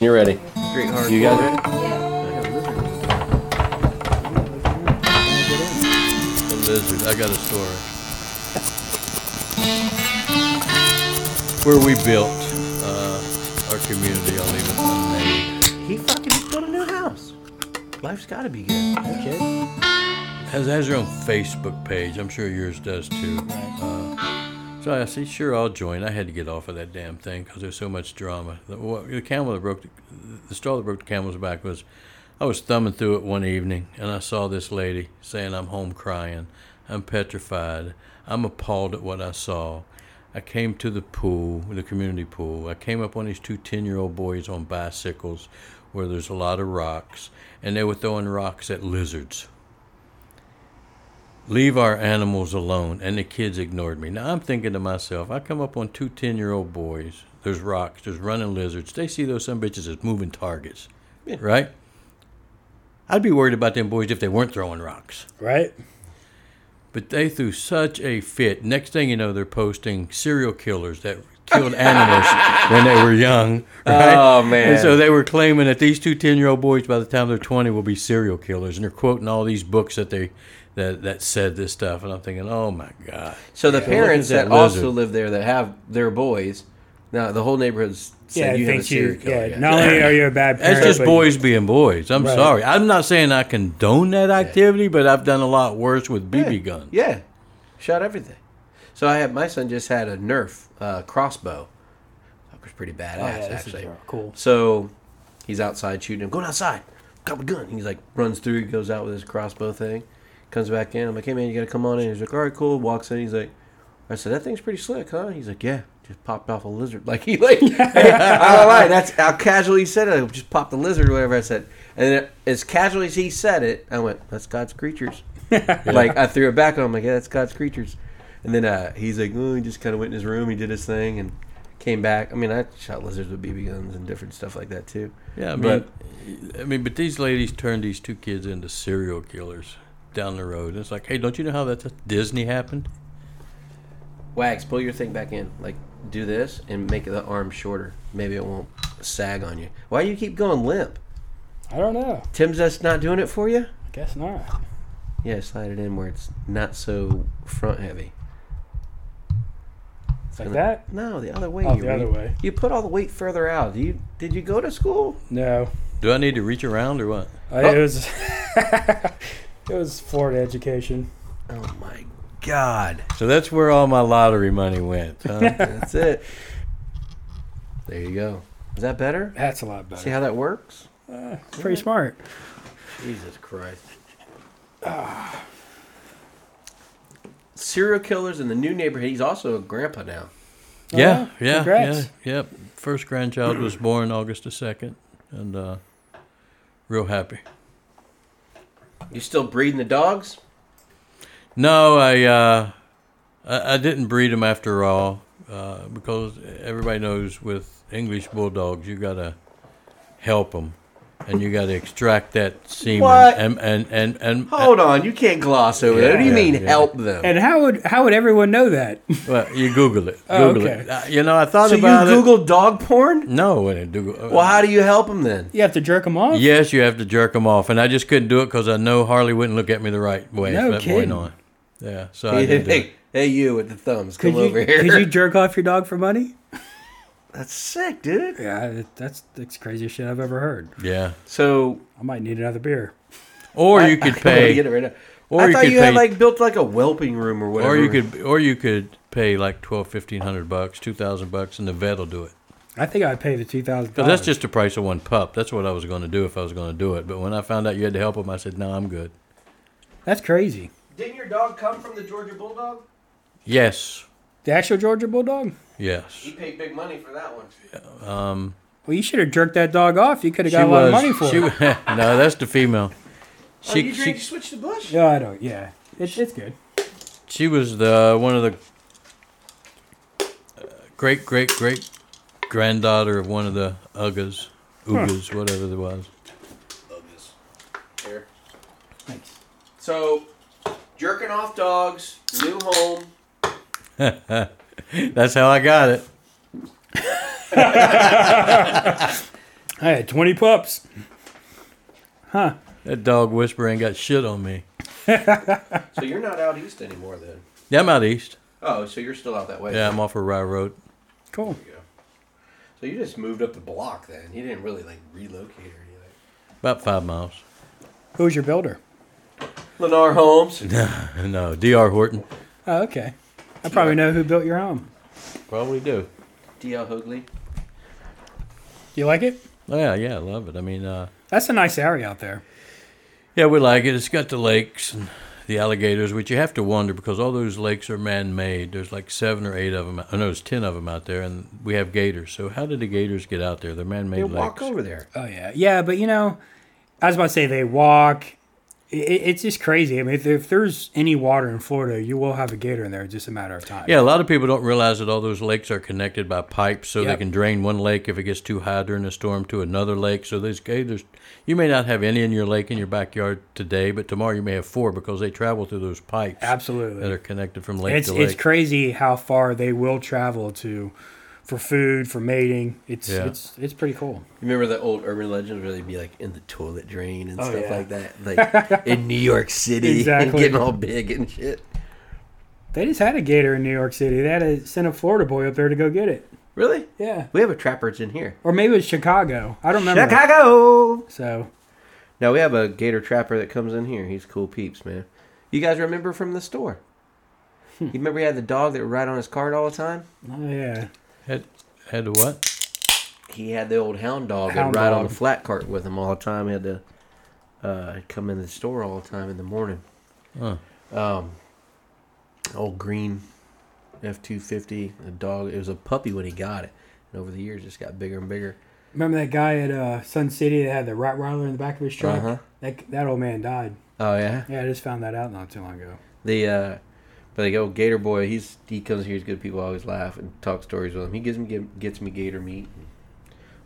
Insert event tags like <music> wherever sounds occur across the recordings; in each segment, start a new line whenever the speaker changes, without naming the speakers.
You're ready.
Great hard.
You guys ready?
A lizard. I got a story. Where we built uh, our community, I'll leave it unnamed,
He fucking built a new house. Life's gotta be good. Okay.
has has her own Facebook page. I'm sure yours does too. Uh, so I said, sure, I'll join. I had to get off of that damn thing because there's so much drama. The, what, the camel that broke the, the straw that broke the camel's back was I was thumbing through it one evening and I saw this lady saying, I'm home crying. I'm petrified. I'm appalled at what I saw. I came to the pool, the community pool. I came up on these two 10 year old boys on bicycles where there's a lot of rocks, and they were throwing rocks at lizards. Leave our animals alone. And the kids ignored me. Now I'm thinking to myself, I come up on two 10 year old boys, there's rocks, there's running lizards. They see those some bitches as moving targets, right? I'd be worried about them boys if they weren't throwing rocks.
Right?
But they threw such a fit. Next thing you know, they're posting serial killers that killed animals when they were young. Right?
Oh, man.
And so they were claiming that these two 10 year old boys, by the time they're 20, will be serial killers. And they're quoting all these books that they. That, that said this stuff, and I'm thinking, oh my god.
So the parents
Look at
that,
that
also
lizard.
live there that have their boys, now the whole neighborhood's
Yeah,
said you have a
thank you.
serial killer.
Yeah. Not only are you a <laughs> bad parent,
That's just
but
boys being boys. I'm
Right.
sorry. I'm not saying I condone that activity, but I've done a lot worse with BB guns.
Yeah, shot everything. So I had my son just had a Nerf uh, crossbow. That was pretty badass,
Oh, yeah, this is
actually.
cool.
So he's outside shooting. I'm going outside. Got my gun. He's like runs through. He goes out with his crossbow thing. Comes back in. I'm like, hey man, you gotta come on in. He's like, all right, cool. Walks in. He's like, I said that thing's pretty slick, huh? He's like, yeah. Just popped off a lizard. <laughs> Like he like, hey, I don't lie. That's how casually he said it. I just popped a lizard or whatever I said. And then as casually as he said it, I went, that's God's creatures. <laughs> Like I threw it back on him. Like yeah, that's God's creatures. And then uh, he's like, oh, he just kind of went in his room. He did his thing and came back. I mean, I shot lizards with BB guns and different stuff like that too.
Yeah, I mean,
But-
I mean, but these ladies turned these two kids into serial killers down the road. It's like, hey, don't you know how that Disney happened?
Wags, pull your thing back in. Like, do this and make the arm shorter. Maybe it won't sag on you. Why do you keep going limp?
I don't know.
Tim's just not doing it for you?
I guess not.
Yeah, slide it in where it's not so front heavy.
It's like that?
No, the other way.
Oh,
you
the other
re-
way.
You put all the weight further out. Do you did you go to school?
No. Oh.
Do I need to reach around or what?
I, It was. <laughs> it was Florida education.
Oh my god.
So that's where all my lottery money went. Huh?
That's it. There you go. Is that better?
That's a lot
See
better.
how that works?
Pretty smart.
Jesus Christ. Ah. Serial killers in the new neighborhood. He's also a grandpa now.
yeah,
Oh,
yeah, yeah,
congrats.
yep. First grandchild was born August the second, and uh, real happy.
You still breeding the dogs?
No, I uh, I, I didn't breed them after all uh, because everybody knows with English bulldogs you gotta help them and you gotta extract that semen
What? Oh.
and and and and.
Hold on, you can't gloss over that. What do you
Yeah,
mean
yeah.
help them?
And how would how would everyone know that? <laughs>
well, you Google it.
Oh,
Google
okay.
it. Uh, you know, I thought
so you
about it.
Google dog porn?
No, I didn't Google. uh,
Well, how do you help them then?
You have to jerk them off.
Yes, you have to jerk them off, and I just couldn't do it because I know Harley wouldn't look at me the right way
No
from that
kidding.
point on. Yeah, so
<laughs>
I didn't do it.
hey, hey, you with the thumbs,
Could
come
you,
over here.
could you jerk off your dog for money?
That's sick, dude.
Yeah, that- that's that's the craziest shit I've ever heard.
Yeah,
So,
I might need another beer.
or you
<laughs>
could
<laughs> I'm gonna
pay.
get it right now.
or
I
you
thought
could
you had
pay-
like built like a whelping room or whatever.
Or you could, or you could pay like twelve, fifteen hundred bucks, two thousand bucks, and the vet will do it.
I think I'd pay the two thousand.
Because that's just the price of one pup. That's what I was going to do if I was going to do it. But when I found out you had to help him, I said, "No, I'm good."
that's crazy.
Didn't your dog come from the Georgia Bulldog?
Yes,
The actual Georgia Bulldog.
yes.
paid big money for that one.
Well, you should have jerked that dog off. You could have got a lot of money for
she
it.
was- <laughs> no, that's the
<laughs>
female. She, she,
switch the bush?
Yeah, I don't. Yeah, it's it's good.
she was the one of the uh, great, great, great granddaughter of one of the Uggas, Ugas, whatever it was.
Here.
Thanks.
So, jerking off dogs, new home.
That's how I got it.
I had 20 pups. Huh.
That dog whispering got shit on me.
So you're not out east anymore then?
Yeah, I'm out east.
Oh, so you're still out that way?
Yeah, I'm off of Rye Road.
Cool.
There you go. So you just moved up the block then. You didn't really like relocate or anything.
About five miles. <laughs>
Who's your builder?
Lennar <laughs> Homes.
no, D.R. Horton.
Oh, okay. I probably know who built your home.
Probably do.
D.L. Hogley.
You like it?
Oh, yeah, yeah, I love it. I mean, uh,
That's a nice area out there.
yeah, we like it. It's got the lakes and the alligators, which you have to wonder because all those lakes are man made. There's like seven or eight of them. I know there's 10 of them out there, and we have gators. So, how did the gators get out there? They're man made
They
lakes.
walk over there.
Oh yeah, yeah. But you know, I was about to say they walk. I- I it's just crazy. I mean, if, if there's any water in Florida, you will have a gator in there. It's just a matter of time.
Yeah, a lot of people don't realize that all those lakes are connected by pipes, so they
Yep.
can drain one lake if it gets too high during a storm to another lake. So these gators, you may not have any in your lake in your backyard today, but tomorrow you may have four because they travel through those pipes that
absolutely.
are connected from lake
It's
to lake.
it's crazy how far they will travel to, for food, for mating. It's
Yeah.
it's it's pretty cool.
You remember the old urban legends where they'd be like in the toilet drain and
Oh,
stuff
yeah.
like that? Like in New
<laughs>
York City and
Exactly.
getting all big and shit.
They just had a gator in New York City. They had to send a Florida boy up there to go get it.
Really?
Yeah,
We have a trapper's in here.
or maybe it was Chicago. I don't remember.
Chicago!
So
Now we have a gator trapper that comes in here. He's cool peeps, man. You guys remember from the store? You remember he had the dog that would ride on his cart all the time?
oh, yeah,
had, had to what?
He had the old hound dog
Hound
that ride on
dog.
the flat cart with him all the time. He had to uh, come in the store all the time in the morning.
Huh.
Um, old green F two fifty. The dog. It was a puppy when he got it, and over the years, it just got bigger and bigger.
remember that guy at uh, Sun City that had the Rottweiler in the back of his truck?
Uh-huh.
That that old man died.
Oh yeah.
Yeah, I just found that out not too long ago.
The uh, but like old Gator boy, he's he comes here. He's good people. I always laugh and talk stories with him. He gives me give, gets me gator meat, and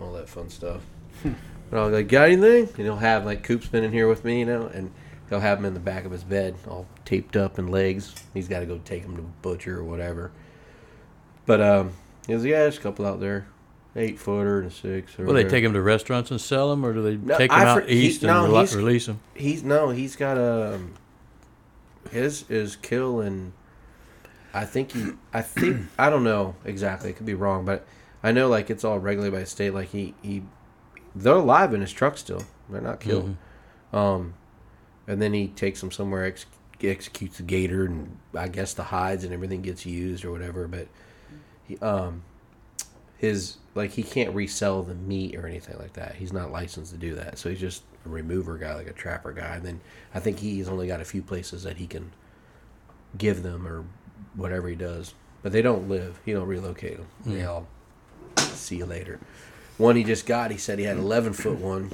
all that fun stuff. but I'll be like, got anything? And he'll have like Coop's been in here with me, you know, and he'll have him in the back of his bed, all taped up and legs. He's got to go take him to butcher or whatever. But um, he was yeah, there's a couple out there, eight footer and a six. Or
Well, they
whatever.
take them to restaurants and sell them, or do they
Mm-hmm. No,
take them
I
out
for- he-
east
no,
and rela-
he's-
release them?
He's no, he's got a. His is kill and, I think he. I think I don't know exactly. It could be wrong, but I know like it's all regulated by state. Like he he, they're alive in his truck still. They're not killed. Um, and then he takes them somewhere, ex- executes the gator, and I guess the hides and everything gets used or whatever. But he um. His like he can't resell the meat or anything like that. He's not licensed to do that, so he's just a remover guy, like a trapper guy. And then I think he's only got a few places that he can give them or whatever he does, but they don't live. He don't relocate them. They all see you later. One he just got, he said he had an 11 foot one,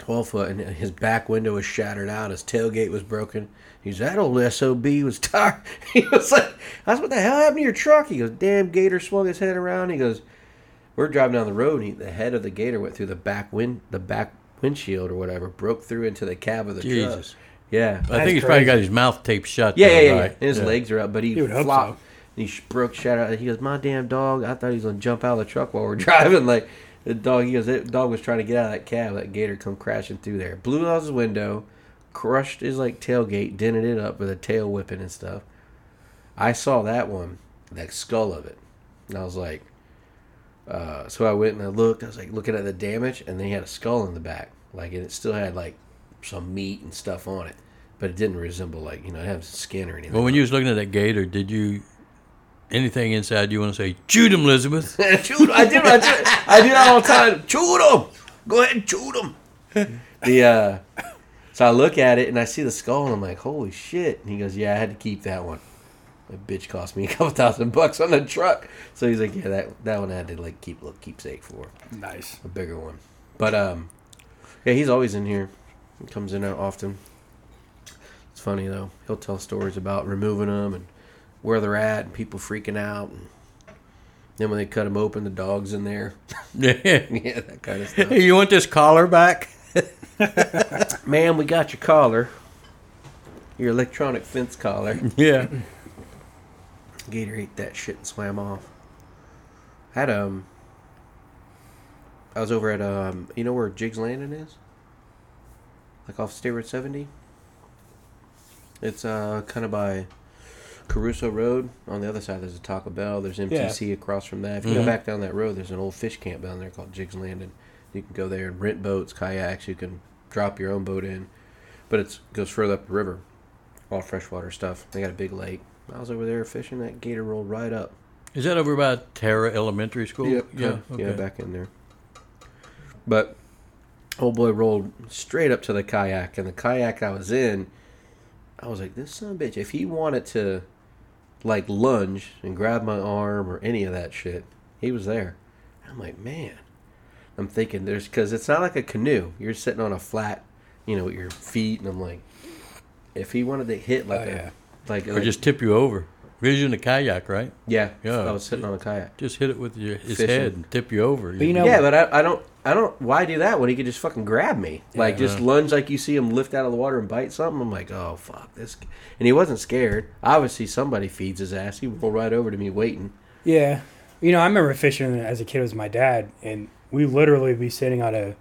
12 foot, and his back window was shattered out. His tailgate was broken. He's that old SOB was <laughs> tired. He was like, I said, What the hell happened to your truck? He goes, Damn, Gator swung his head around. He goes, We're driving down the road, and he, the head of the Gator went through the back wind, the back windshield or whatever, broke through into the cab of the truck.
Jesus.
Yeah.
I think he's probably got his mouth taped shut.
Yeah, yeah,
though,
yeah. yeah.
right?
And his legs are up, but he
You would hope
flopped.
so.
And he sh- broke shut out. He goes, "My damn dog! I thought he was gonna jump out of the truck while we're <laughs> driving." Like the dog, he goes, "That dog was trying to get out of that cab. That gator come crashing through there, blew out his window, crushed his like tailgate, dented it up with a tail whipping and stuff." I saw that one, that skull of it, and I was like, uh, so I went and I looked. I was like looking at the damage, and they had a skull in the back, like and it still had like some meat and stuff on it, but it didn't resemble like you know it had skin or anything.
Well, when you was looking at that gator, did you anything inside you want to say, "Shoot him, Elizabeth"? <laughs>
<laughs> Shoot 'em. I do. I do. I do that all the time. Shoot 'em. Go ahead and shoot 'em. The uh, so I look at it and I see the skull and I'm like, holy shit. And he goes, yeah, I had to keep that one. That bitch cost me a couple thousand bucks on the truck. So he's like, yeah, that that one I had to like keep look keepsake for
Nice.
a bigger one. But um, yeah, he's always in here. He comes in out often. It's funny though. He'll tell stories about removing them and where they're at and people freaking out. And then when they cut them open, the dog's in there. <laughs>
Yeah.
yeah, that kind
<laughs>
of stuff.
you want this collar
<laughs>
back?
Man, we got your collar. Your electronic fence collar.
Yeah.
Gator ate that shit and swam off. Had um. I was over at um, you know where Jigs Landing is, like off State Road seventy. It's uh kind of by Caruso Road. On the other side, there's a Taco Bell. There's MTC across from that. If you
Mhm.
go back down that road, there's an old fish camp down there called Jigs Landing. You can go there and rent boats, kayaks. You can drop your own boat in, but it goes further up the river. All freshwater stuff. They got a big lake. I was over there fishing. That gator rolled right up.
Is that over by Terra Elementary School?
Yep.
Yeah. Okay.
Yeah, back in there. But old boy rolled straight up to the kayak, and the kayak I was in, I was like, this son of a bitch, if he wanted to, like, lunge and grab my arm or any of that shit, he was there. I'm like, man. I'm thinking there's, because it's not like a canoe. You're sitting on a flat, you know, with your feet, and I'm like, if he wanted to hit like
Oh,
a,
yeah.
like,
Or
like-
just tip you over. Vision a kayak, right?
yeah,
Yeah.
I was sitting on a kayak.
Just hit it with your, his
Fishing.
head and tip you over.
you know-
Yeah, but I, I don't I don't why do that when he could just fucking grab me like just lunge like you see him lift out of the water and bite something. I'm like, oh fuck this, g-" and he wasn't scared. Obviously, somebody feeds his ass. He rolled right over to me waiting.
Yeah. You know, I remember fishing as a kid with my dad, and we literally be sitting on a,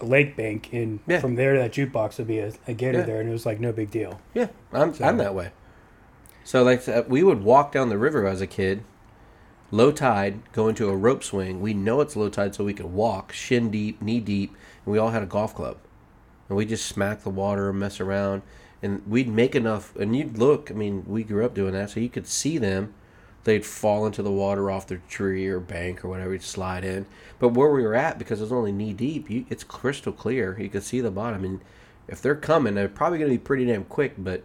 a lake bank, and
Yeah.
from there to that jukebox would be a, a gator
Yeah.
there, and it was like no big deal.
Yeah, I'm I'm that way. So like uh, we would walk down the river as a kid, low tide, go into a rope swing. We know it's low tide, so we could walk shin deep, knee deep, and we all had a golf club, and we just smack the water, mess around, and we'd make enough. And you'd look. I mean, we grew up doing that, so you could see them. They'd fall into the water off their tree or bank or whatever, you'd slide in. But where we were at, because it was only knee deep, you, it's crystal clear. You could see the bottom. And if they're coming, they're probably going to be pretty damn quick. But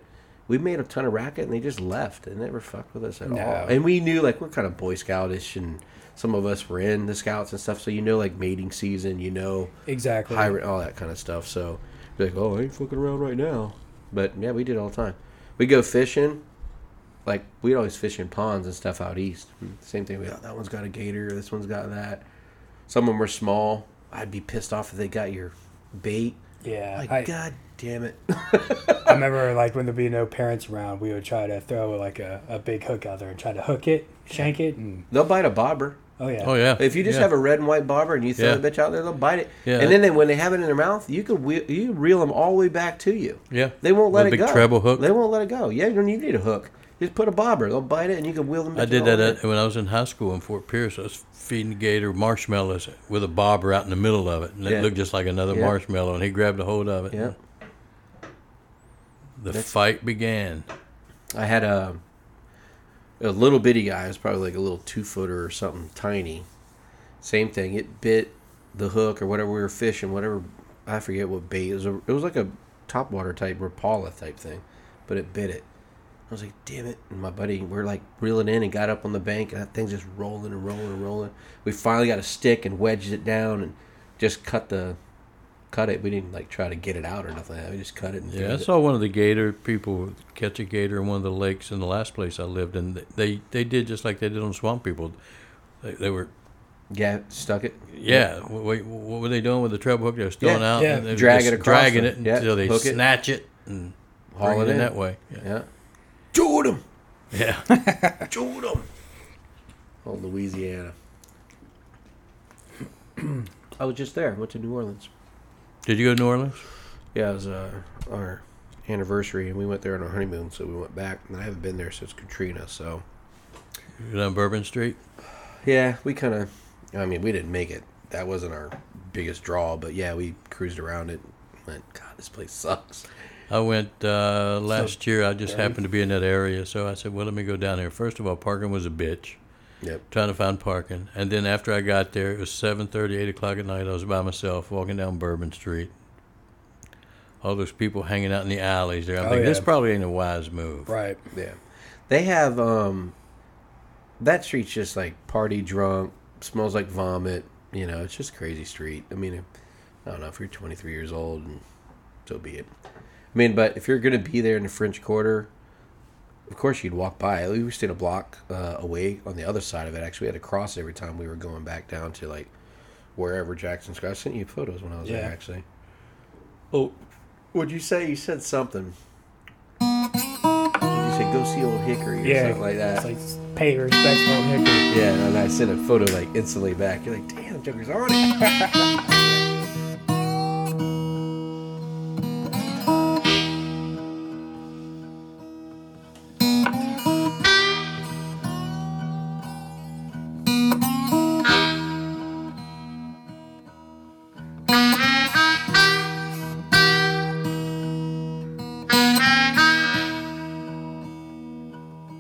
we made a ton of racket and they just left and never fucked with us at
No.
all. And we knew like we're kind of Boy Scoutish and some of us were in the scouts and stuff. So you know like mating season, you know
Exactly.
pirate, all that kind of stuff. So be like, oh, I ain't fucking around right now. But yeah, we did all the time. We go fishing, like we'd always fish in ponds and stuff out east. Same thing. We oh, that one's got a gator. This one's got that. Some of them were small. I'd be pissed off if they got your bait.
Yeah.
Like,
I,
god damn it.
I remember like when there'd be no parents around, we would try to throw like a, a big hook out there and try to hook it, shank it, and
They'll bite a bobber.
oh yeah.
Oh, yeah.
If you just
yeah.
have a red and white bobber and you throw
Yeah.
the bitch out there, they'll bite it.
Yeah.
And then they, when they have it in their mouth, you could wheel, you reel them all the way back to you.
Yeah.
They won't let
With a
it
big
go.
treble hook.
They won't let it go. Yeah, you don't you need a hook. Just put a bobber. They'll bite it, and you can wheel them.
I
bitches
did
all
that
over.
at, when I was in high school in Fort Pierce. I was feeding gator marshmallows with a bobber out in the middle of it, and
Yeah.
it looked just like another
Yeah.
marshmallow. And he grabbed a hold of it.
yeah,
The fight began.
I had a a little bitty guy. It was probably like a little two footer or something tiny. Same thing. It bit the hook or whatever we were fishing. Whatever I forget what bait. It was a, it was like a topwater type Rapala type thing, but it bit it. I was like, damn it. And my buddy, we're like reeling in and got up on the bank, and that thing's just rolling and rolling and rolling. We finally got a stick and wedged it down and just cut the. Cut it. We didn't like try to get it out or nothing. like that. We just cut it. And threw
Yeah, I
it.
saw one of the gator people catch a gator in one of the lakes in the last place I lived, and they they did just like they did on Swamp People. They, they were
yeah, stuck it.
yeah. Wait, what were they doing with the treble hook? They were throwing
Yeah,
out,
yeah.
and they were
Drag
just
it across
dragging
them.
it
Yeah,
until they
hook it.
snatch it and haul it
Bring it
in
in.
that way. Yeah,
Yeah. Jordan.
yeah. <laughs>
Jordan. Oh, Louisiana. <clears throat> I was just there. Went to New Orleans.
did you go to New Orleans?
Yeah, it was uh, our anniversary, and we went there on our honeymoon, so we went back. And I haven't been there since Katrina, so.
You were down Bourbon Street.
Yeah, we kind of. I mean, we didn't make it. That wasn't our biggest draw, but yeah, we cruised around it. and Went, God, this place sucks.
I went uh, last year. I just
Barry?
happened to be in that area, so I said, "Well, let me go down there." First of all, parking was a bitch.
Yep.
trying to find parking. And then after I got there, it was 7.30, 8 o'clock at night. I was by myself walking down Bourbon Street. All those people hanging out in the alleys there. I'm
Oh,
thinking, this
yeah.
probably ain't a wise move.
Right.
Yeah. They have um that street's just like party drunk, smells like vomit, you know, it's just a crazy street. I mean, I don't know if you're 23 years old and so be it. I mean, but if you're going to be there in the French Quarter, of course you'd walk by. We stayed a block uh, away on the other side of it. Actually, we had to cross every time we were going back down to like wherever Jackson Square. I sent you photos when I was
Yeah.
there actually. Oh, would you say you said something? You said like go see old Hickory or
Yeah,
something like that.
It's like pay respects for Hickory.
yeah, and I sent a photo like instantly back. You're like, damn, Joker's on it.